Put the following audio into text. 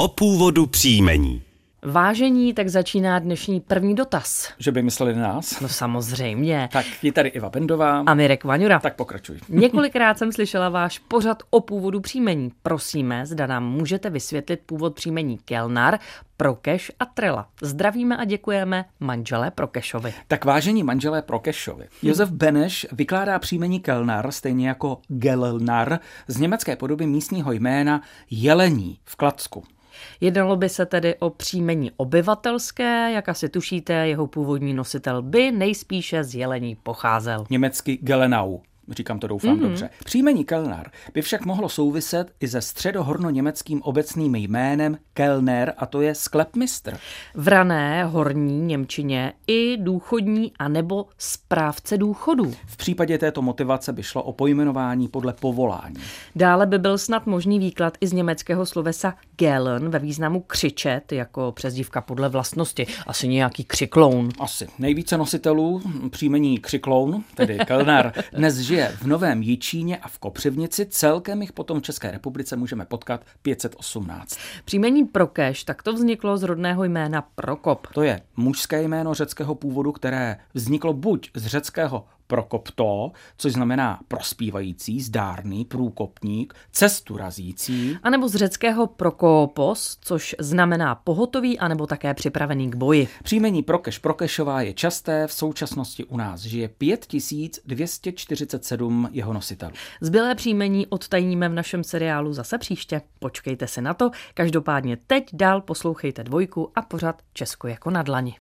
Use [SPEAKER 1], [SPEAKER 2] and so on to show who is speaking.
[SPEAKER 1] o původu příjmení.
[SPEAKER 2] Vážení, tak začíná dnešní první dotaz.
[SPEAKER 3] Že by mysleli na nás.
[SPEAKER 2] No samozřejmě.
[SPEAKER 3] Tak je tady Iva Bendová.
[SPEAKER 2] A Mirek Vaňura.
[SPEAKER 3] Tak pokračuj.
[SPEAKER 2] Několikrát jsem slyšela váš pořad o původu příjmení. Prosíme, zda nám můžete vysvětlit původ příjmení Kelnar, Prokeš a Trela. Zdravíme a děkujeme manželé Prokešovi.
[SPEAKER 3] Tak vážení manželé Prokešovi. Josef Beneš vykládá příjmení Kelnar, stejně jako Gelnar, z německé podoby místního jména Jelení v Kladsku.
[SPEAKER 2] Jednalo by se tedy o příjmení obyvatelské, jak asi tušíte, jeho původní nositel by nejspíše z jelení pocházel.
[SPEAKER 3] Německy Gelenau. Říkám to doufám mm-hmm. dobře. Příjmení Kellner by však mohlo souviset i se středohorno-německým obecným jménem Kellner a to je sklepmistr.
[SPEAKER 2] V rané horní Němčině i důchodní anebo správce důchodů.
[SPEAKER 3] V případě této motivace by šlo o pojmenování podle povolání.
[SPEAKER 2] Dále by byl snad možný výklad i z německého slovesa gelen ve významu křičet, jako přezdívka podle vlastnosti. Asi nějaký křikloun.
[SPEAKER 3] Asi. Nejvíce nositelů příjmení křikloun, tedy Kellner, dnes žije žije v Novém Jičíně a v Kopřivnici, celkem jich potom v České republice můžeme potkat 518.
[SPEAKER 2] Příjmení Prokeš, tak to vzniklo z rodného jména Prokop.
[SPEAKER 3] To je mužské jméno řeckého původu, které vzniklo buď z řeckého prokopto, což znamená prospívající, zdárný, průkopník, cestu razící.
[SPEAKER 2] A nebo z řeckého prokopos, což znamená pohotový, anebo také připravený k boji.
[SPEAKER 3] Příjmení Prokeš Prokešová je časté, v současnosti u nás žije 5247 jeho nositelů.
[SPEAKER 2] Zbylé příjmení odtajníme v našem seriálu zase příště. Počkejte se na to, každopádně teď dál poslouchejte dvojku a pořad Česko jako na dlani.